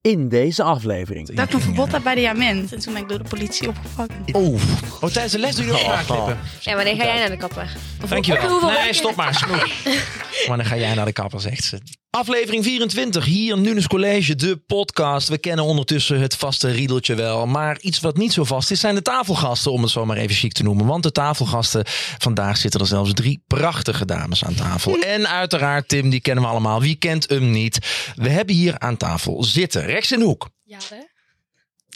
in deze aflevering. Dat ik een verbod heb bij de Jament. En toen ben ik door de politie opgepakt. Oeh. Oh, tijdens de les doe je ook naaktnippen. Ja, wanneer ga jij naar de kapper? Of hoe- Dankjewel. hoeveel Nee, weken- stop maar. Snoep. Maar dan ga jij naar de kapper, zegt ze. Aflevering 24, hier Nunes College, de podcast. We kennen ondertussen het vaste riedeltje wel. Maar iets wat niet zo vast is, zijn de tafelgasten, om het zo maar even chic te noemen. Want de tafelgasten, vandaag zitten er zelfs drie prachtige dames aan tafel. En uiteraard Tim, die kennen we allemaal. Wie kent hem niet? We hebben hier aan tafel zitten, rechts in de hoek.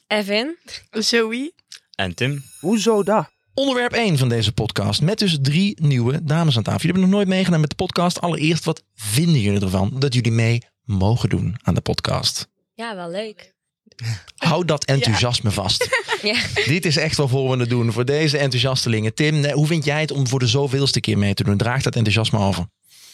Evan. Zoe. En Tim? Hoezo dat? Onderwerp 1 van deze podcast. Met dus drie nieuwe dames aan tafel. Jullie hebben nog nooit meegedaan met de podcast. Allereerst, wat vinden jullie ervan dat jullie mee mogen doen aan de podcast? Ja, wel leuk. Hou dat enthousiasme vast. Ja. Dit is echt waarvoor we het doen. Voor deze enthousiastelingen. Tim, nee, hoe vind jij het om voor de zoveelste keer mee te doen? Draag dat enthousiasme over.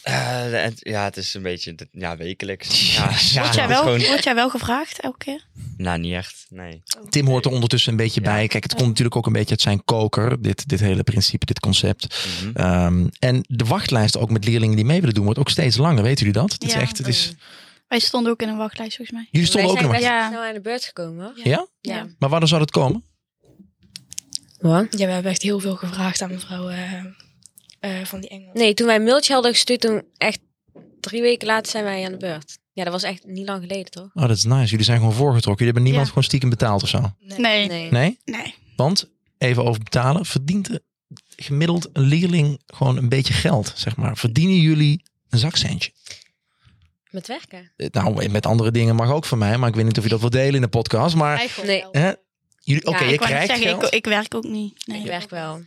Eh, het- ja, het is een beetje ja, wekelijks. Ja, ja. Ja, Word, jij dat is wel, gewoon- word jij wel gevraagd elke keer? Nou, niet echt. Nee. Tim hoort er ondertussen een beetje bij. Kijk, het komt natuurlijk ook een beetje uit zijn koker. Dit, dit hele principe, dit concept. Mhm. Ehm, en de wachtlijst ook met leerlingen die mee willen doen, wordt ook steeds langer. Weten jullie dat? Het is Ja. echt, het is... Wij stonden ook in een wachtlijst volgens mij. Jullie stonden Wij ook nog zijn maar. best Ja. snel aan de beurt gekomen, hoor. Ja? Ja. Maar wanneer zou dat komen? Wat? Ja, we hebben echt heel veel gevraagd aan mevrouw eh, eh, van die Engel. Nee, toen wij een mailtje hadden gestuurd, toen echt drie weken later zijn wij aan de beurt. Ja, dat was echt niet lang geleden, toch? Oh, dat is nice. Jullie zijn gewoon voorgetrokken. Jullie hebben niemand Ja. gewoon stiekem betaald of zo. Nee. Nee. Nee? Nee. Want, even over betalen, verdient de- gemiddeld een leerling gewoon een beetje geld, zeg maar. Verdienen jullie een zakcentje? Met werken. Eh, Nou, met andere dingen mag ook van mij, maar ik weet niet of je dat wil delen in de podcast. Maar Nee. hè? jullie, Ja, oké, ik je Ik wou net krijgt zeggen, geld. ik, ik werk ook niet. Nee. Ik werk wel.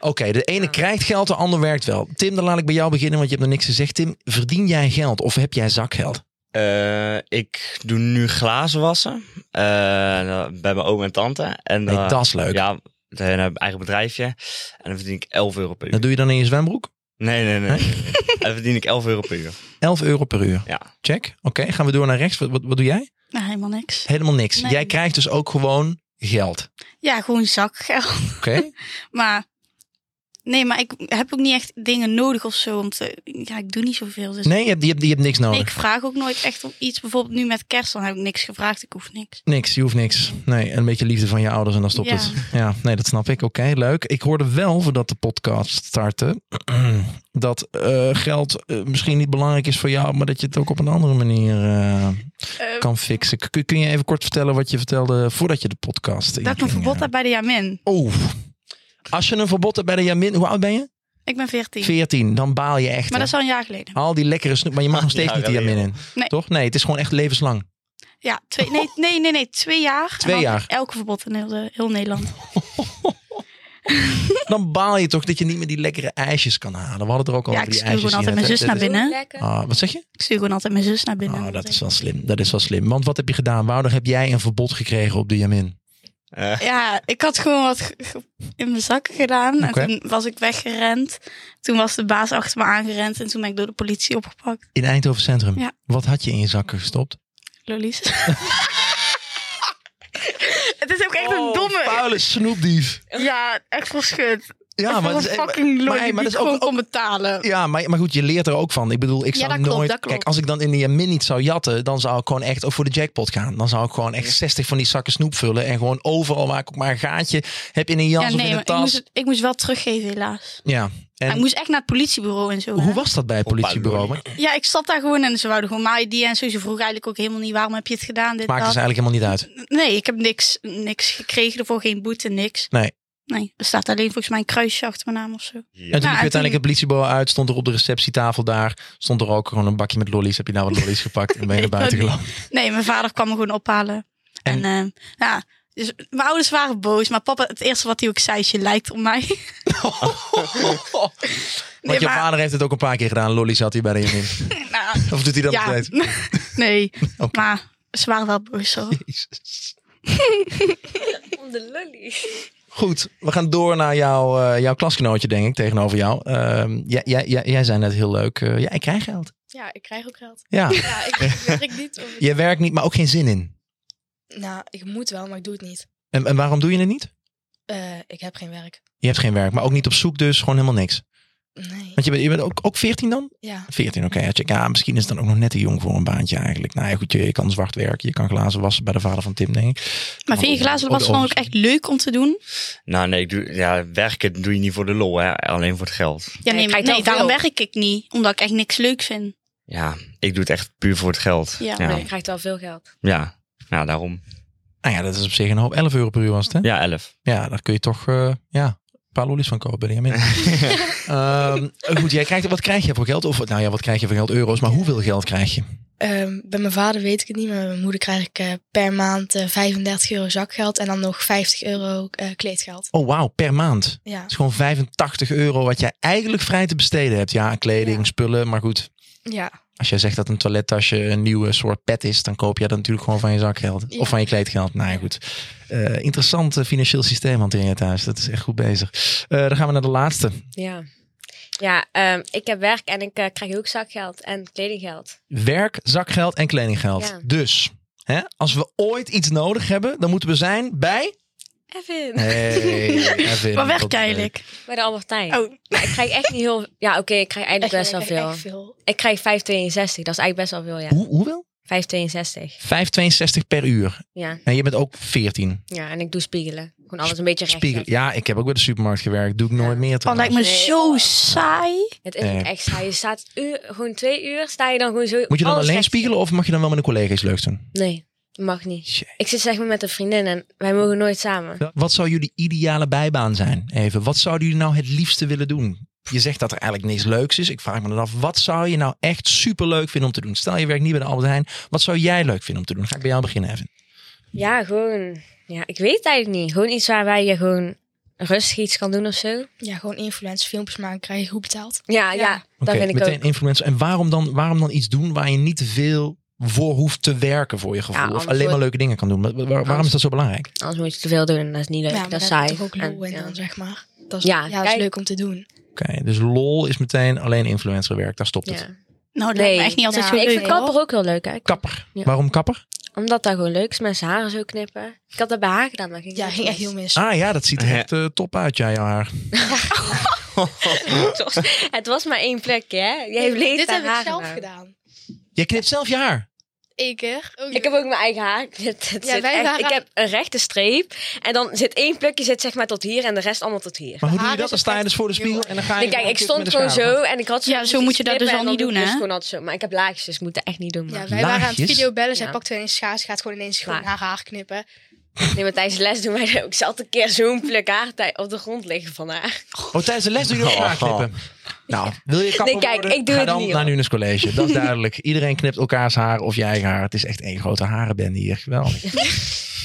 Oké, de ene krijgt geld, de ander werkt wel. Tim, dan laat ik bij jou beginnen, want je hebt nog niks gezegd. Tim, verdien jij geld of heb jij zakgeld? Eh, ik doe nu glazen wassen. eh, bij mijn oom en tante. En, Nee, eh, dat is leuk. Ja, dan heb ik een eigen bedrijfje. En dan verdien ik 11 euro per Dat uur. doe je dan in je zwembroek? Nee, nee, nee. nee, nee. dan verdien ik 11 euro per uur. 11 euro per uur. Ja. Check. Oké, gaan we door naar rechts. Wat, wat, wat doe jij? Nou, helemaal niks. Helemaal niks. Nee. Jij krijgt dus ook gewoon geld. Ja, gewoon zakgeld. Oké. Maar nee, maar ik heb ook niet echt dingen nodig of zo. Want eh, ja, ik doe niet zoveel. Dus Nee, je hebt, je, hebt, je hebt niks Nee, nodig. ik vraag ook nooit echt om iets. Bijvoorbeeld nu met kerst, dan heb ik niks gevraagd. Ik hoef niks. Niks, je hoeft niks. Nee, een beetje liefde van je ouders en dan stopt Ja. het. Ja, nee, dat snap ik. Oké, leuk. Ik hoorde wel voordat de podcast startte dat eh, geld eh, misschien niet belangrijk is voor jou, maar dat je het ook op een andere manier eh, Eh, kan fixen. Kun, kun je even kort vertellen wat je vertelde voordat je de podcast dat ik een verbod heb bij de Jamin. Oh, als je een verbod hebt bij de Jamin, hoe oud ben je? Ik ben 14. 14, dan baal je echt. Maar hè? dat is al een jaar geleden. Al die lekkere snoep. Maar je mag nog steeds Ja, niet die wel, jamin in. Nee. Toch? Nee, het is gewoon echt levenslang. Ja, twee, nee, nee, nee, nee, twee jaar. En Oh. Twee dan jaar. Elke verbod in heel, de- heel Nederland. Dan baal je toch dat je niet meer die lekkere ijsjes kan halen. We hadden het er ook al Ja, ik over die stuur ijsjes. gewoon altijd hier mijn zus net, naar hè? binnen. Lekker. Ah, wat zeg je? Ik stuur gewoon altijd mijn zus naar binnen. Ah, dat is wel slim. Dat is wel slim. Want wat heb je gedaan? Wouter, heb jij een verbod gekregen op de jamin? Eh, Ja, ik had gewoon wat ge- ge- in mijn zakken gedaan. Oké. En toen was ik weggerend. Toen was de baas achter me aangerend. En toen ben ik door de politie opgepakt. In Eindhoven Centrum. Ja. Wat had je in je zakken gestopt? Lolies. het is ook echt een domme. Oh, Vuile snoepdief. Ja, echt voor schut. Ja, maar, voor het een is- fucking lolly maar- maar die dat ik is ook- gewoon ook- kon betalen. Ja, maar, maar goed, je leert er ook van. Ik bedoel, ik Ja, zou dat nooit. klopt, dat klopt. Kijk, als ik dan in de jamin niet zou jatten, dan zou ik gewoon echt voor de jackpot gaan. Dan zou ik gewoon echt 60 van die zakken snoep vullen. En gewoon overal waar ik ook maar een gaatje heb in een jas Ja, of nee, in maar een ik moest, tas. het- ik moest wel teruggeven helaas. Ja. Maar En ik moest echt naar het politiebureau en zo. hè. hoe was dat bij het Hoppa, politiebureau? lolly. Maakt Ja, ik zat daar gewoon en ze wouden gewoon mijn ID en zo. Ze vroeg eigenlijk ook helemaal niet waarom heb je het gedaan. Dit, het dus dat. Nou, eigenlijk helemaal niet uit. Nee, ik heb niks, niks gekregen ervoor, geen boete, niks. Nee. Nee, er staat alleen volgens mij een kruisje achter mijn naam of zo. En ja. toen en liep je uiteindelijk toen- het politiebureau uit, stond er op de receptietafel daar, stond er ook gewoon een bakje met lollies. Heb je nou wat lollies gepakt en ben je naar Nee, buiten dat gelopen? Nee, mijn vader kwam me gewoon ophalen. En, eh, ja, dus mijn ouders waren boos. Maar papa, het eerste wat hij ook zei is, je lijkt op mij. Want je maar- vader heeft het ook een paar keer gedaan. Lollies had hij bij de jamin. nou, Of doet hij dat nog ja, steeds? nee, Oké. maar ze waren wel boos hoor. Jezus. Om de lully. Goed, we gaan door naar jouw, eh, jouw klasgenootje, denk ik, tegenover jou. Ehm, jij, jij, jij, jij zei net heel leuk. eh, ja, ik krijg geld. Ja, ik krijg ook geld. Ah. Ja, Ja, ik werk niet. Of... je werkt niet, maar ook geen zin in. Nou, ik moet wel, maar ik doe het niet. En, en waarom doe je het niet? Eh, ik heb geen werk. Je hebt geen werk, maar ook niet op zoek, dus gewoon helemaal niks. Nee. Want je bent, je bent ook, ook 14 dan? Ja. 14, oké. had je- Ja, misschien is het dan ook nog net te jong voor een baantje eigenlijk. Nou ja, goed, je, je kan zwart werken, je kan glazen wassen bij de vader van Tim, denk ik. Maar vind je Oh, glazen wassen dan ook echt leuk om te doen? Nou nee, ik doe, ja, werken doe je niet voor de lol, hè? alleen voor het geld. Ja, nee, Nee, maar, kijk, nou nee daarom veel. werk ik niet. Omdat ik echt niks leuk vind. Ja, ik doe het echt puur voor het geld. Ja. ja. Je krijgt wel veel geld. Ja. Ja, daarom. Nou ja, dat is op zich een hoop. 11 euro per uur was het, hè? Ja, 11. Ja, daar kun je toch eh, ja, een paar lollies van kopen, Benjamin. Ehm goed, jij krijgt, wat krijg je voor geld? Of nou ja, wat krijg je voor geld? Euro's, maar hoeveel geld krijg je? Ehm, bij mijn vader weet ik het niet, maar bij mijn moeder krijg ik eh, per maand eh, 35 euro zakgeld en dan nog 50 euro eh, kleedgeld. Oh, wauw, per maand. Het Ja. is gewoon 85 euro wat jij eigenlijk vrij te besteden hebt. Ja, kleding, Ja. spullen, maar goed. Ja. Als jij zegt dat een toilettasje een nieuwe soort pet is, dan koop jij dat natuurlijk gewoon van je zakgeld. Ja. Of van je kleedgeld. Nou ja, goed. Eh, interessant eh, financieel systeem hanteer je thuis. Dat is echt goed bezig. Eh, dan gaan we naar de laatste. Ja. Ja, ehm, ik heb werk en ik eh, krijg ook zakgeld en kledinggeld. Werk, zakgeld en kledinggeld. Ja. Dus, hè, als we ooit iets nodig hebben, dan moeten we zijn bij... Even. Hey, Evelyn, Waar werk wat jij leuk. eigenlijk? Bij de Albert Heijn. Oh. Maar ik krijg echt niet heel... Ja, oké, ik krijg eigenlijk best wel Echt, echt, veel. echt veel. Ik krijg 5,62. Dat is eigenlijk best wel veel, ja. Hoe, hoeveel? 5,62. 5,62 per uur. Ja. En je bent ook 14. ja, en ik doe spiegelen. Gewoon alles een beetje recht. Spiegel. Ja, ik heb ook bij de supermarkt gewerkt. Doe ik nooit Ja. meer Oh, lijkt trouwens. me Nee. zo saai. Het is ook Eh. echt saai. Je staat uur, gewoon twee uur, sta je dan gewoon zo... Moet je dan alles alleen recht. spiegelen of mag je dan wel met een collega iets leuks doen? Nee, dat mag niet. Jee. Ik zit zeg maar met een vriendin en wij mogen nooit samen. Wat zou jullie ideale bijbaan zijn? Even, wat zouden jullie nou het liefste willen doen? Je zegt dat er eigenlijk niks leuks is. Ik vraag me dan af, wat zou je nou echt superleuk vinden om te doen? Stel, je werkt niet bij de Albert Heijn. Wat zou jij leuk vinden om te doen? Ga ik bij jou beginnen, Evan. Ja, gewoon... Ja, ik weet het eigenlijk niet. Gewoon iets waarbij je gewoon rustig iets kan doen of zo. Ja, gewoon influencer filmpjes maken, krijg je goed betaald. Ja, ja. dat Oké, vind ik meteen ook. influencer. En waarom dan, waarom dan iets doen waar je niet te veel voor hoeft te werken voor je gevoel? Ja, of anders alleen maar wordt- leuke dingen kan doen. Wa- wa- waarom is dat zo belangrijk? Anders moet je te veel doen en dat is niet leuk. ja, maar dat is daar heb saai. je toch ook En, lol in ja. dan, zeg maar. Dat is, Ja, ja, dat kijk. is leuk om te doen. Oké, dus lol is meteen alleen influencerwerk. Daar stopt het. Ja. Nou, dat Nee. lijkt me echt niet altijd Nou, zo Ik leuk. vind hoor. kapper ook heel leuk, hè? Kapper. Ja. Waarom kapper? Omdat dat gewoon leuk is. Mensen haren zo knippen. Ik had dat bij haar gedaan, maar ging Ja, niet ging echt mis. heel mis. Ah ja, dat ziet er Ja. echt eh, top uit, jij haar. Het was- Het was maar één plekje, hè? Jij heeft leed Dit aan heb ik haar zelf gedaan. gedaan. Jij knipt zelf je haar. Eén keer. Oh, Ook Ik heb ook mijn eigen haar. Het, het Ja, zit wij echt- waren- Ik heb een rechte streep. En dan zit één plukje zit zeg maar tot hier en de rest allemaal tot hier. Maar hoe doe Haar je dat? is Dan sta je dus voor de spiegel en dan ga je... Nee, kijk, ik met stond de gewoon schaar. zo en ik had Ja, zo moet je dat dus al niet doen, hè? Gewoon altijd zo. Maar ik heb laagjes, dus ik moet dat echt niet doen. Ja, Maar. wij waren aan Laagjes? het videobellen. Zij Ja. pakte ineens schaars. Gaat gewoon ineens gewoon Laag. haar haar knippen. Nee, maar tijdens de les doen wij dat ook. Ze had een keer zo'n pluk haar tij- op de grond liggen van haar. Oh, tijdens de les doe je ook Oh. haarknippen. Nou, wil je kapper Nee, kijk, worden? ik doe Ga het dan niet, naar hoor. Nunes College. Dat is duidelijk. Iedereen knipt elkaars haar of je eigen haar. Het is echt één grote harenbende hier. Geweldig.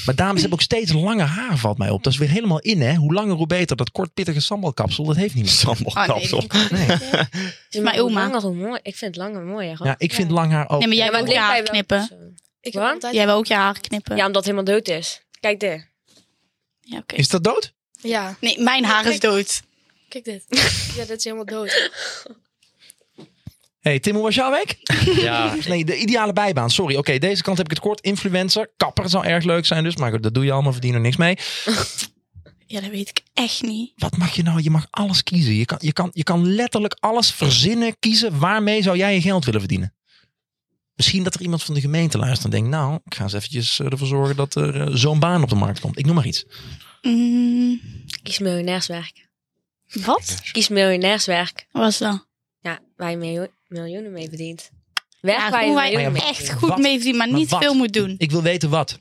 Maar dames hebben ook steeds langer haar, valt mij op. Dat is weer helemaal in, hè? Hoe langer, hoe beter. Dat kort, pittige sambalkapsel, dat heeft niet Sambalkapsel. Ah, nee. meer. Nee. Dus mijn hoe oma. Langer, hoe mooi. Ik vind het langer mooier. hoor. Ja, ik vind lang haar ook... Nee, maar jij Ja, maar wil ook dit je haar wij wel knippen. zo. Ik Wat? heb altijd... Jij wil ook je haar knippen. Ja, omdat het helemaal dood is. Kijk dit. Ja, oké. Is dat dood? Ja, Nee, mijn haar is dood. kijk dit. Ja, dat is helemaal dood. hey, Tim, hoe was jouw week? Ja. Nee, de ideale bijbaan. Sorry. Oké, deze kant heb ik het kort. Influencer. Kapper zou erg leuk zijn dus. Maar goed, dat doe je allemaal. Verdien er niks mee. Ja, dat weet ik echt niet. Wat mag je nou? Je mag alles kiezen. Je kan, je kan, je kan letterlijk alles verzinnen, kiezen. Waarmee zou jij je geld willen verdienen? Misschien dat er iemand van de gemeente luistert en denkt... Nou, ik ga eens eventjes eh, ervoor zorgen dat er eh, zo'n baan op de markt komt. Ik noem maar iets. Mm, Kies miljonairswerk. wat? Kies miljonairswerk. Wat was dat? Ja, waar je miljo- miljoenen mee verdient. Werk Ja, waar je hoe wij miljoenen mee Echt verdient. goed Wat? mee verdienen, maar Maar niet wat? veel moet doen. Ik wil weten wat.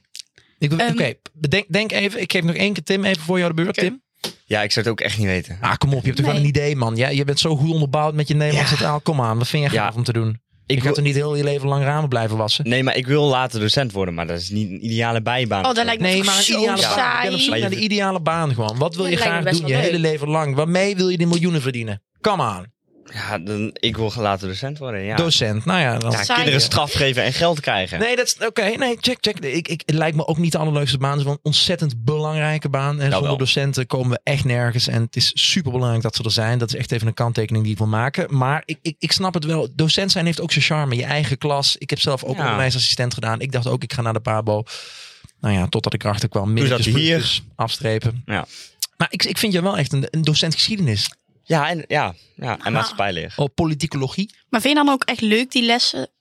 Ik wil- Oké, Ehm. bedenk- denk even. Ik geef nog één keer Tim even voor jou de beurt, Tim. ja, ik zou het ook echt niet weten. Ah, kom op. Je hebt toch wel een Nee. idee, man. Ja, je bent zo goed onderbouwd met je Nederlandse taal. Kom aan, wat vind je Ja. gaaf om te doen? Ik Ik ga wil, er niet heel je leven lang ramen blijven wassen. nee, maar ik wil later docent worden, maar dat is niet een ideale bijbaan. Oh, dat lijkt me Nee, toch maar een zo ideale baan. Ik saai. ben op zoek naar de ideale baan gewoon. Wat wil Ja, je lijkt me graag best doen je wel leuk. hele leven lang? Waarmee wil je die miljoenen verdienen? Come aan. Ja, dan, ik wil later docent worden, ja. Docent. Nou ja, dan... ja Saai. kinderen straf geven en geld krijgen. Nee, dat is oké. Nee, check, check. Ik, ik, het lijkt me ook niet de allerleukste baan. Het is wel een ontzettend belangrijke baan. En Nou zonder wel. docenten komen we echt nergens. En het is superbelangrijk dat ze er zijn. Dat is echt even een kanttekening die ik wil maken. Maar ik, ik, ik snap het wel. Docent zijn heeft ook zijn charme. Je eigen klas. Ik heb zelf ook Ja. onderwijsassistent gedaan. Ik dacht ook, ik ga naar de Pabo. Nou ja, totdat ik erachter kwam. zat Middeltjes, je hier. boetjes, Afstrepen. Ja. Maar ik, ik vind je wel echt een, een docent geschiedenis. Ja, en, ja, ja, en Ah. maatschappijleer. Oh, politicologie. Maar vind je dan ook echt leuk die lessen?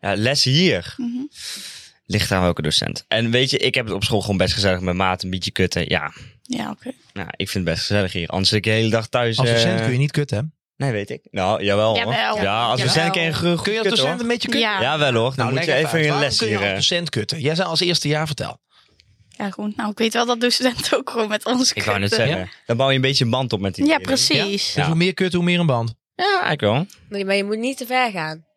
Ja, les hier Mhm. ligt aan welke docent. En weet je, ik heb het op school gewoon best gezellig met maat, een beetje kutten. Ja, Ja, oké. nou, ik vind het best gezellig hier. Anders zit ik de hele dag thuis. Als eh, docent kun je niet kutten, hè? Nee, weet ik. Nou, jawel hoor. Jawel. Ja, als Jawel. docent kun je goed Kun je als kutten, docent hoor. een beetje kutten? Ja. Ja, wel hoor. Dan Nou, moet je leg even uit. je Waarom les eh. kun je als leren. docent kutten? Jij zei als eerste jaar, vertel. Ja, goed. Nou, ik weet wel dat docenten ook gewoon met ons Ik wou net kutten. zeggen. Dan bouw je een beetje een band op met die Ja, leerling. precies. Dus hoe meer kutten, hoe meer een band. Ja, eigenlijk wel. Maar je moet niet te ver gaan.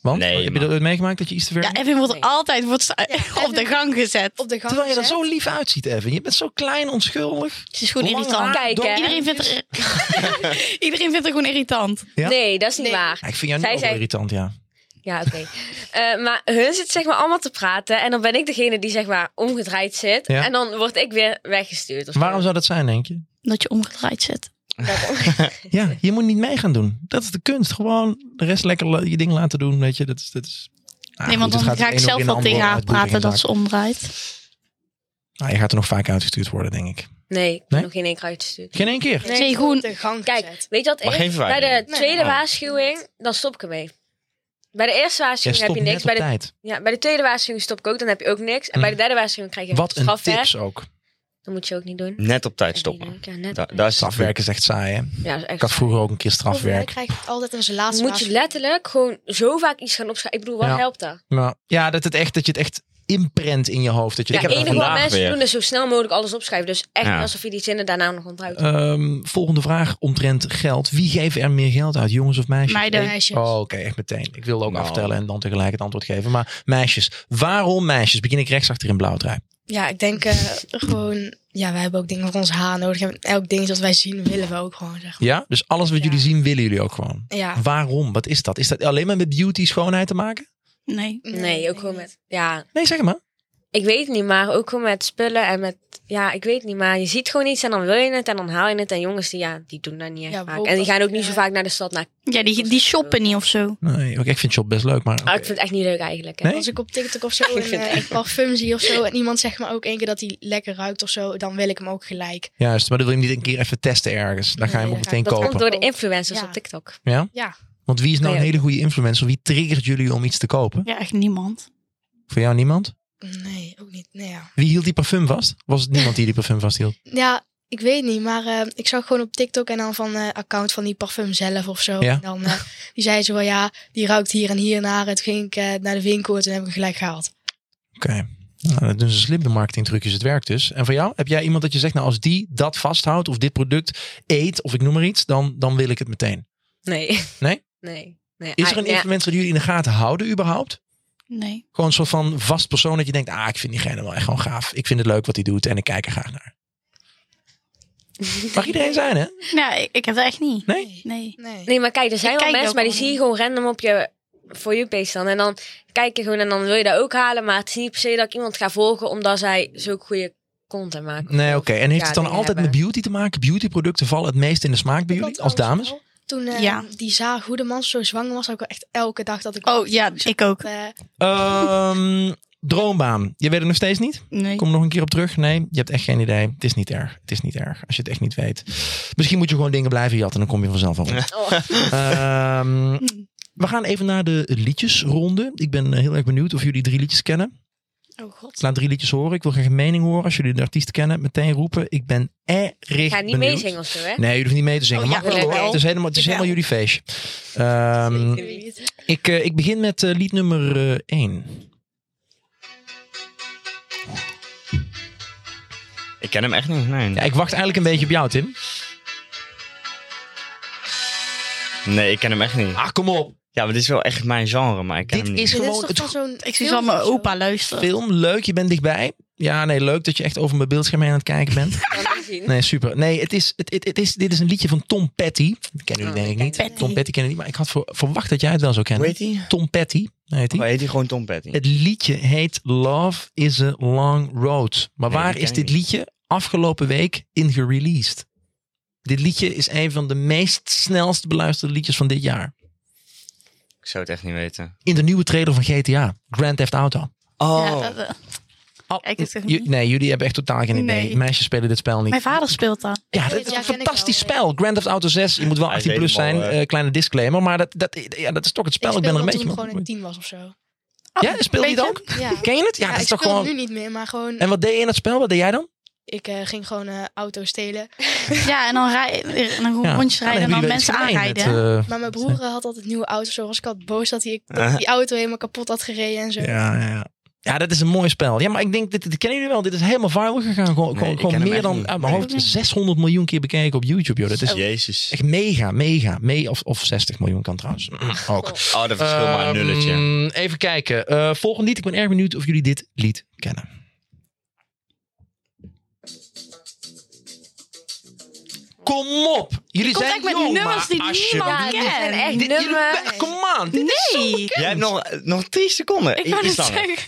Want? Nee, heb je man. dat ooit meegemaakt dat je iets te ver... Ja, Evin wordt Nee. altijd wordt ze op de Evin- gang gezet. Op de gang Terwijl je er gezet. zo lief uitziet, Evan. Je bent zo klein, onschuldig. Ze is gewoon Lang irritant. haar, Kijk, donker. hè. Iedereen vindt, er, iedereen vindt er gewoon irritant. Ja? Nee, dat is niet Nee. waar. Ja, ik vind jou nu Zij ook wel zei- irritant, ja. Ja, oké. Eh, maar hun zit zeg maar allemaal te praten. En dan ben ik degene die zeg maar omgedraaid zit. Ja. En dan word ik weer weggestuurd. Of zo. Waarom zou dat zijn, denk je? Dat je omgedraaid zit. Daarom. Ja, je moet niet mee gaan doen. Dat is de kunst. Gewoon de rest lekker la- je ding laten doen, weet je. Dat is, dat is... Ah, nee, want goed, het dan gaat ga het ik zelf een ook in wel de andere tegen haar uitboezeming praten dat zaak. ze omdraait. Nou, je gaat er nog vaak uitgestuurd worden, denk ik. Nee, ik ben Nee? nog geen één keer uitgestuurd. Geen één keer. Nee. Nee, Op gewoon. de gang gezet. Kijk, weet je wat? Maar ik- geen bij verwijdering. de tweede Oh. waarschuwing, dan stop ik ermee. Bij de eerste Jij waarschuwing heb stopt je net niks. op Bij de, tijd. Hmm. ja, bij de tweede waarschuwing stop ik ook, dan heb je ook niks. En bij de derde waarschuwing krijg je Wat een strafwerk. tips ook. Dat moet je ook niet doen. Net op tijd stoppen. Ja, net. Da- daar is het Strafwerk is echt saai, hè. Ja, dat is echt Ik had zo. vroeger ook een keer Overwerk strafwerk. krijg ik altijd als laatste Moet je waarschuwing. letterlijk gewoon zo vaak iets gaan opschrijven. Ik bedoel, wat Ja. helpt dat? Maar ja, dat, het echt, dat je het echt imprint in je hoofd. Dat je, Ja, ik heb het dat enige wat vandaag mensen weer. doen is zo snel mogelijk alles opschrijven. Dus echt Ja. niet alsof je die zinnen daarna nog onthoudt. Ehm, volgende vraag omtrent geld. Wie geeft er meer geld uit, jongens of meisjes? Meiden. Meisjes. Oh, oké, echt meteen. Ik wilde ook Nou. aftellen en dan tegelijk het antwoord geven. Maar meisjes, waarom meisjes? Begin ik rechts achter in blauwtrui. Ja, ik denk eh, gewoon... Ja, wij hebben ook dingen voor ons haar nodig. En elk ding dat wij zien, willen we ook gewoon, zeg maar. Ja? Dus alles wat Ja. jullie zien, willen jullie ook gewoon. Ja. Waarom? Wat is dat? Is dat alleen maar met beauty, schoonheid te maken? Nee. Nee, ook gewoon met... Ja, Nee, zeg maar. ik weet niet, maar ook gewoon met spullen en met... Ja, ik weet niet, maar je ziet gewoon iets en dan wil je het en dan haal je het. En jongens, die, ja, die doen dat niet echt Ja, vaak. En die gaan ook niet zo ja. vaak naar de stad. Naar... Ja, die, die shoppen niet of zo. Nee, ook, ik vind shop best leuk, maar... Ah, ik vind het echt niet leuk eigenlijk. Hè. Nee? Als ik op TikTok of zo Ik een vind het eh, echt- parfum zie of zo... en iemand zegt maar ook één keer dat hij lekker ruikt of zo... dan wil ik hem ook gelijk. Juist, maar dan wil je hem niet een keer even testen ergens. Dan ga je hem Nee, ook ja, meteen Dat kopen. komt door de influencers Ja. op TikTok. Ja? Ja. Want wie is nou een Nee. hele goede influencer? Wie triggert jullie om iets te kopen? Ja, echt niemand. Voor jou niemand? Nee, ook niet. Nee, ja. Wie hield die parfum vast? Was het niemand die die parfum vasthield? ja, ik weet niet, maar eh, ik zag gewoon op TikTok en dan van eh, account van die parfum zelf of zo. Ja. En dan, eh, die zei zo wel, ja, die ruikt hier en hier naar. En Toen ging ik eh, naar de winkel en toen heb ik hem gelijk gehaald. Oké. Nou, dat doen ze slim, de marketingtrucjes. Het werkt dus. En voor jou, heb jij iemand dat je zegt, nou als die dat vasthoudt of dit product eet of ik noem maar iets, dan, dan wil ik het meteen. Nee. Nee? Nee. nee. Is er een Ah, Ja, influencer die jullie in de gaten houden überhaupt? Nee. Gewoon een soort van vast persoon dat je denkt, ah ik vind diegene wel echt gewoon gaaf. Ik vind het leuk wat hij doet en ik kijk er graag naar. Mag iedereen zijn hè? Nou, ik, ik heb dat echt niet. Nee? Nee. Nee. Nee, maar kijk, er zijn Ik wel kijk mensen, ook maar die gewoon zie je gewoon random op je voor je page dan. En dan kijk je gewoon en dan wil je dat ook halen. Maar het is niet per se dat ik iemand ga volgen omdat zij zo goede content maken. Nee, oké. En heeft Ja, het dan dingen altijd met hebben. beauty te maken? Beautyproducten vallen het meest in de smaak bij jullie als dames? Toen eh, Ja. die Zara Goedemans zo zwanger was, had ik wel echt elke dag dat ik... Oh ja, ik ook. Eh, Ehm, droombaan. Je weet het nog steeds niet? Nee. Kom er nog een keer op terug. Nee, je hebt echt geen idee. Het is niet erg. Het is niet erg als je het echt niet weet. Misschien moet je gewoon dingen blijven jatten. Dan kom je vanzelf al. rond. Oh, Ehm, Hm. we gaan even naar de liedjesronde. Ik ben eh, heel erg benieuwd of jullie drie liedjes kennen. oh god. Laat drie liedjes horen. Ik wil graag een mening horen. Als jullie de artiest kennen, meteen roepen. Ik ben erg ik benieuwd. ga niet meezingen of zo, hè? Nee, jullie hoeven niet mee te zingen. Oh, ja, Mag wel, hoor. gelukkig. Het is helemaal, het is helemaal jullie feestje. Ehm, ik, eh, ik begin met eh, lied nummer 1. Ik ken hem echt niet. Nee, Ja, ik wacht eigenlijk een beetje op jou, Tim. nee ik ken hem echt niet. Ah, kom op. Ja, maar dit is wel echt mijn genre, maar ik ken Dit hem is niet. Dit is gewoon toch het van zo'n... Ik zie film wel mijn of zo? opa luisteren. film. Leuk, je bent dichtbij. Ja, nee, leuk dat je echt over mijn beeldscherm heen aan het kijken bent. Ik kan niet zien. Nee, super. Nee, het is, het, het, het is, dit is een liedje van Tom Petty. Dat kennen jullie Oh, denk ik ik niet. ken Petty. Tom Petty kennen niet, maar ik had voor- verwacht dat jij het wel zou Hoe kennen. heet hij? Tom Petty heet Oh, hij. heet hij gewoon Tom Petty? Het liedje heet Love is a Long Road. Maar Nee, waar die is ken ik dit niet. liedje afgelopen week in gereleased? Dit liedje is een van de meest snelst beluisterde liedjes van dit jaar. Ik zou het echt niet weten. In de nieuwe trailer van GTA, Grand Theft Auto. Oh, Ja, dat, eh, Al- Kijk, het zegt Ju- niet. nee, jullie hebben echt totaal geen idee. Nee. Meisjes spelen dit spel niet. Mijn vader speelt dat. Ja, Ja, dat is een ken ik wel, fantastisch ja. spel. Grand Theft Auto 6, je moet wel Hij is 18 plus zijn. helemaal, eh, eh, kleine disclaimer, maar dat, dat, ja, dat is toch het spel. Ik, ben er een speelde beetje... toen gewoon een mee- tien was of zo. Oh. Ja, speel je Weet dat ook? Ja, Ken je het? Ja, Ja, dat ik is toch speel gewoon... nu niet meer, maar gewoon... En wat deed je in het spel? Wat deed jij dan? Ik eh, ging gewoon eh auto stelen. Ja, en dan, rij, en dan Ja. rondjes Ja, dan rijden en hebben dan mensen jullie wel iets gemeen aanrijden. met, eh, Maar mijn broer eh, had altijd nieuwe auto's. Zo was ik altijd boos dat hij die auto helemaal kapot had gereden en zo. Ja, ja, ja. Ja, dat is een mooi spel. Ja, maar ik denk, dit, dit kennen jullie wel. Dit is helemaal viral gegaan. Gewoon, Nee, gewoon, ik gewoon ken hem meer echt dan niet. uit mijn Nee. hoofd 600 miljoen keer bekeken op YouTube. Joh. Dat Oh. is Jezus. echt mega, mega. Mee, of, of 60 miljoen kan trouwens ook. Oh, dat verschil maar een nulletje. Ehm, even kijken. Eh, volgend lied. Ik ben erg benieuwd of jullie dit lied kennen. Kom op. Jullie Komt eh, zijn echt met jong, nummers maar die alsjeblieft. niemand Ja, dit zijn echt kent. Dit- jullie- nummers. Kom aan. Dit is zo Nee, Jij hebt nog, eh, nog drie seconden. ik wou Iets het langer. zeggen.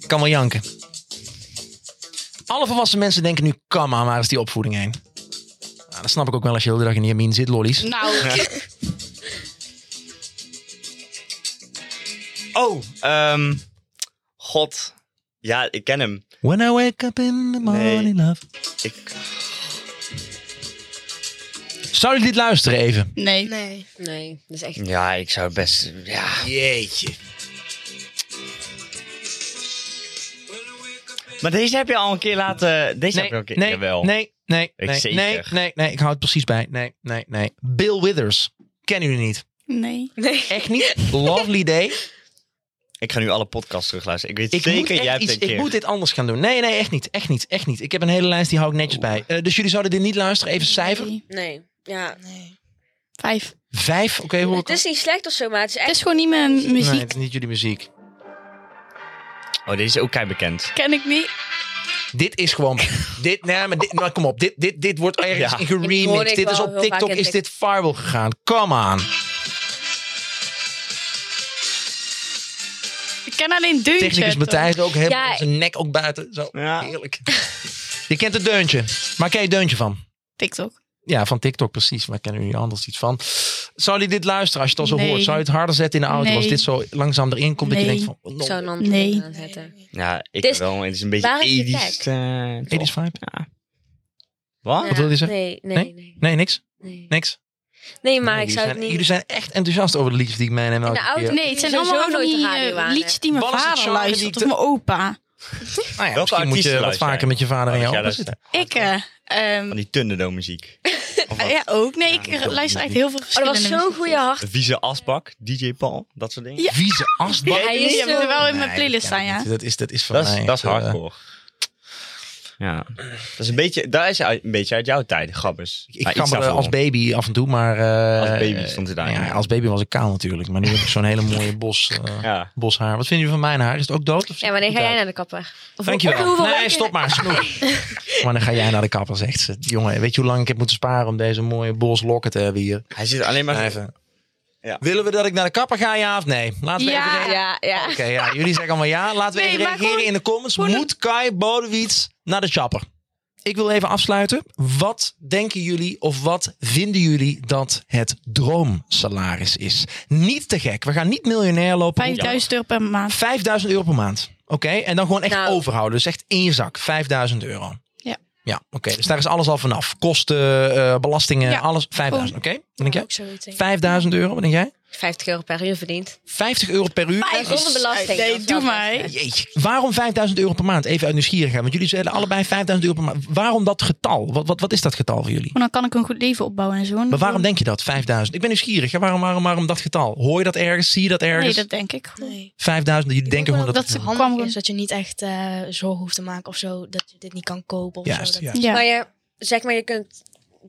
Ik kan wel janken. Alle volwassen mensen denken nu, kom aan, waar is die opvoeding heen? Nou, dat snap ik ook wel als je de hele dag in Jamin zit, lollies. Nou, Oh, ehm, god. Ja, ik ken hem. When I wake up in the morning, love. Ik, Zou jullie dit luisteren even? nee. Nee. Nee, dat is echt... ja, ik zou best... Ja. Jeetje. Maar deze heb je al een keer laten... Deze Nee, heb je al een keer... nee, Jawel. nee, nee, Ik nee, zeker. nee, nee, nee, ik hou het precies bij. Nee, nee, nee. Bill Withers. Kennen jullie niet? Nee. Nee. Echt niet? Lovely Day. Ik ga nu alle podcasts terugluisteren. Ik weet Ik, moet, zeker, echt jij hebt iets- een keer... ik moet dit anders gaan doen. Nee, nee, echt niet. Echt niet, echt niet. Ik heb een hele lijst, die hou ik netjes bij. Eh, dus jullie zouden dit niet luisteren? Even cijfer. Nee. Nee. Ja. Nee. Vijf. Vijf? Oké, hoe Het is niet slecht of zo, maar het is Het echt... is gewoon niet mijn muziek. Nee, het is niet jullie muziek. Oh, deze is ook kei bekend. Ken ik niet. Dit is gewoon. dit, nee, maar, dit, maar kom op. Dit, dit, dit wordt ergens Ja. in Dit hoor geremixed. ik Dit is wel op heel vaak TikTok. in Is TikTok. dit viral gegaan? Come on. Ik ken alleen deuntje. Technicus Matthijs ook helemaal Ja. zijn nek ook buiten. Zo. Ja. Heerlijk. Ah. Je kent het deuntje. Maar ken je het deuntje van? TikTok. Ja, van TikTok precies. Maar kennen jullie anders iets van? Zou je dit luisteren als je het al zo Nee. hoort? Zou je het harder zetten in de auto Nee. als dit zo langzaam erin komt? Dat Nee. je denkt van. Ik zou een No, ander Nee. ding aanzetten. Ja, ik Dit is- wel. Het is een Waar beetje is je edisch. kijk? Edis vibe? Wat? Wat wil je zeggen? Nee, nee, nee. Nee, niks. Nee, Niks. nee maar Nee, ik jullie zou zijn, het niet... Jullie zijn echt enthousiast over de liedjes die ik meeneem. de elke auto? keer. Nou Nee, het Die zijn sowieso allemaal van nooit die de radio eh, aan, liedjes die mijn Wat is het vader genre die luistert. ik Of te- mijn opa. Nou ja, misschien Welke moet je artiesten wat luisteren? vaker met je vader en Oh, je dat opa jij zitten. Ik, eh, ehm, eh, Van die Thunderdome muziek. Of wat? ja, ook. Nee, ik luister echt heel veel Oh, dat verschillende was zo'n goede hart. Vieze Asbak, DJ Paul, dat soort dingen. Ja. Vieze asbak. Hij is Je hebt er zo- wel in Nee, mijn dat playlist ken staan, ik ja. niet. Dat is, dat is voor Dat is, mij. dat is eh, hardcore. Ja, dat is een beetje, dat is uit- een beetje uit jouw tijd, grappers. ik kan me er als baby af en toe, maar... eh, Als baby stond hij daar. Ja, als baby was ik kaal natuurlijk. Maar nu heb ik zo'n hele mooie bos, eh, Ja. boshaar. Wat vinden jullie van mijn haar? Is het ook dood? Of Ja, wanneer ga jij naar de kapper? Of hoe- Dankjewel. hoeveel Nee, weken- stop maar. Snoep. maar dan ga jij naar de kapper, zegt ze. Jongen, weet je hoe lang ik heb moeten sparen om deze mooie boslokken te hebben hier? Hij zit alleen maar... Even. Ja. Willen we dat ik naar de kapper ga, ja of nee? Laten we Ja. even re- Ja, ja. Oké, ja, jullie zeggen allemaal ja. Laten we Nee, even maar reageren gewoon- in de comments. gewoon een- Moet Kai Bodewits naar de chopper? Ik wil even afsluiten. Wat denken jullie of wat vinden jullie dat het droomsalaris is? Niet te gek. We gaan niet miljonair lopen. 5000 euro per maand. 5000 euro per maand. Oké, en dan gewoon echt Nou. overhouden. Dus echt in je zak. 5000 euro. Ja. Ja, oké. Dus daar is alles al vanaf. Kosten, eh, belastingen, Ja. Oh, alles. 5000, oké? Wat denk jij? Ook zoiets, denk ik. 5000 euro, wat denk jij? 50 euro per uur verdiend. Dus, 50 euro per uur. Eh, oh, En zonder belasting. Nee, Dat is doe wel maar. best. Jeetje. Waarom 5000 euro per maand? Even uit nieuwsgierigheid. Want jullie Ah. zeiden allebei 5000 euro per maand. Waarom dat getal? Wat, wat, wat is dat getal voor jullie? Want dan kan ik een goed leven opbouwen en zo. Maar waarom denk je dat? 5000. Ik ben nieuwsgierig. Hè? Waarom, waarom, waarom dat getal? Hoor je dat ergens? Zie je dus- dat Nee, ergens? dat denk ik. Nee. 5000. Jullie denken gewoon dat. dat ze- handig kwam is gewoon- dat je niet echt eh zorg hoeft te maken of zo. Dat je dit niet kan kopen of Juist, zo. Dat- ja. Ja. Maar je, zeg maar, je kunt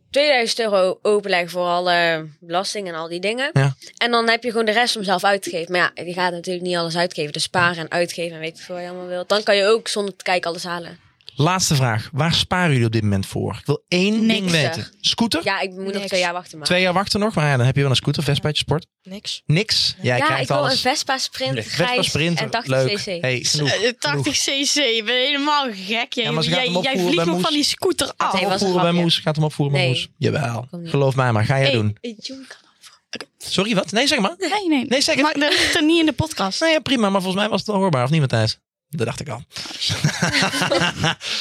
2000 euro openleggen voor alle belasting en al die dingen. Ja. En dan heb je gewoon de rest om zelf uit te geven. Maar ja, je gaat natuurlijk niet alles uitgeven. Dus sparen en uitgeven en weet ik veel wat je allemaal wilt. Dan kan je ook zonder te kijken alles halen. Laatste vraag. Waar sparen jullie op dit moment voor? Ik wil één Niks, ding weten. zeg. Scooter? Ja, ik moet nog Niks. twee jaar wachten. Maar. Twee jaar wachten nog. Maar ja, dan heb je wel een scooter. Vespaatje sport. Niks. Niks. Jij ja, ik krijgt wil alles. een Vespa Sprint, Vespa grijs Sprint, en 80 leuk. cc. Hey, genoeg. Eh, genoeg. 80 cc, ik ben helemaal gek. Jij, Ja, maar ze gaat jij, hem opvoeren jij vliegt bij nog Moes. van die scooter af. Nee, Gaat hem was een opvoeren bij grapje. Moes. Gaat hem opvoeren bij Nee. Moes. Jawel. Kom niet. Geloof mij maar. Ga jij Hey, doen. eh, Joen kan- Sorry, wat? Nee, zeg maar. Nee, nee. Nee, zeg het. Maar dat ligt er niet in de podcast. Nou ja, prima, maar volgens mij was het al hoorbaar, of niet, Matthijs? Dat dacht ik al.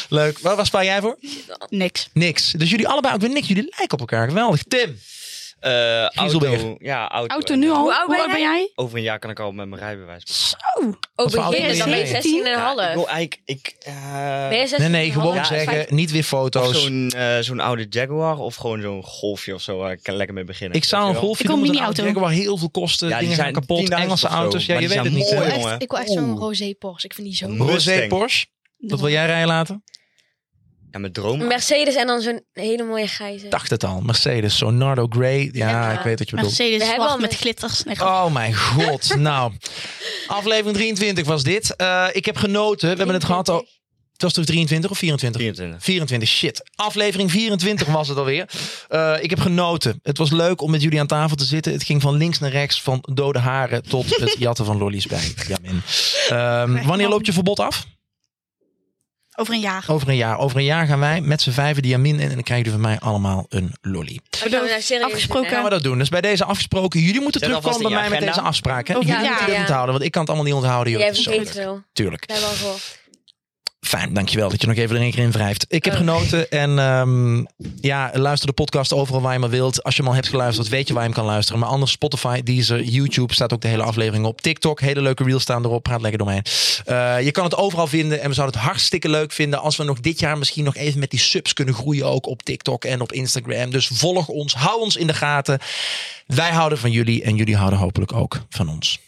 Leuk. Waar, waar spaar jij voor? Niks. Niks. Dus jullie allebei ook weer niks. Jullie lijken op elkaar. Geweldig. Tim. Eh, auto, Gieselberg. ja, auto. Auto nu al. Hoe oud ben ben jij? Over een jaar kan ik al met mijn rijbewijs. Zo. Oh, voor oud begin ben dan ben je jij? 16 en een Ja, ik half. wil eigenlijk... Ik, eh, Ben je 16 Nee, nee, en gewoon half? zeggen. Vijf- Niet weer of foto's. zo'n eh, zo'n oude Jaguar of gewoon zo'n Golfje of zo. waar ik kan lekker mee beginnen. Ik zou Weet een je wel? golfje Ik wil doen. een want een mini-auto. Jaguar wel heel veel kosten. Ja, die dingen gaan zijn kapot. 10.000 Engelse of zo, auto's. Ja, maar je die weet het zijn niet. hè? mooi, echt- jongen. ik wil echt zo'n Oeh. rosé Porsche. Ik vind die zo Een mooi. Rosé Mustang. Porsche. Wat wil jij rijden laten? Ja, mijn droom. Een Mercedes en dan zo'n hele mooie grijze. Dacht het al. Mercedes. Sonardo Grey. Ja, Ja. ik weet wat je bedoelt. Mercedes We hebben zwart al met met- glitters. Nee, grap. Oh mijn god. nou, aflevering 23 was dit. Eh, ik heb genoten. We hebben het gehad al. Het was toch 23 of 24? 24. 24, shit. Aflevering 24 was het alweer. Eh, ik heb genoten. Het was leuk om met jullie aan tafel te zitten. Het ging van links naar rechts, van dode haren tot het jatten van lollies bij Jamin. Ehm, wanneer loopt je verbod af? Over een jaar. Over een jaar. Over een jaar gaan wij met z'n vijven Jamin in en dan krijgen jullie van mij allemaal een lolly. Gaan we nou serieus Afgesproken. doen, Gaan hè? we dat doen. Dus bij deze afgesproken. Jullie moeten Zet alvast terugkomen bij mij in met je deze agenda. afspraak. Hè? Over Jullie een moeten jaar. dit onthouden, want ik kan het allemaal niet onthouden. Joh. Jij Het is zo vergeet leuk. veel. Tuurlijk. Daar wel voor. Fijn, dankjewel dat je nog even er één keer in wrijft. Ik heb Oh. genoten en ehm, ja, luister de podcast overal waar je maar wilt. Als je hem al hebt geluisterd, weet je waar je hem kan luisteren. Maar anders Spotify, Deezer, YouTube staat ook de hele aflevering op. TikTok, hele leuke reels staan erop. Praat lekker doorheen. Eh, je kan het overal vinden en we zouden het hartstikke leuk vinden als we nog dit jaar misschien nog even met die subs kunnen groeien. Ook op TikTok en op Instagram. Dus volg ons, hou ons in de gaten. Wij houden van jullie en jullie houden hopelijk ook van ons.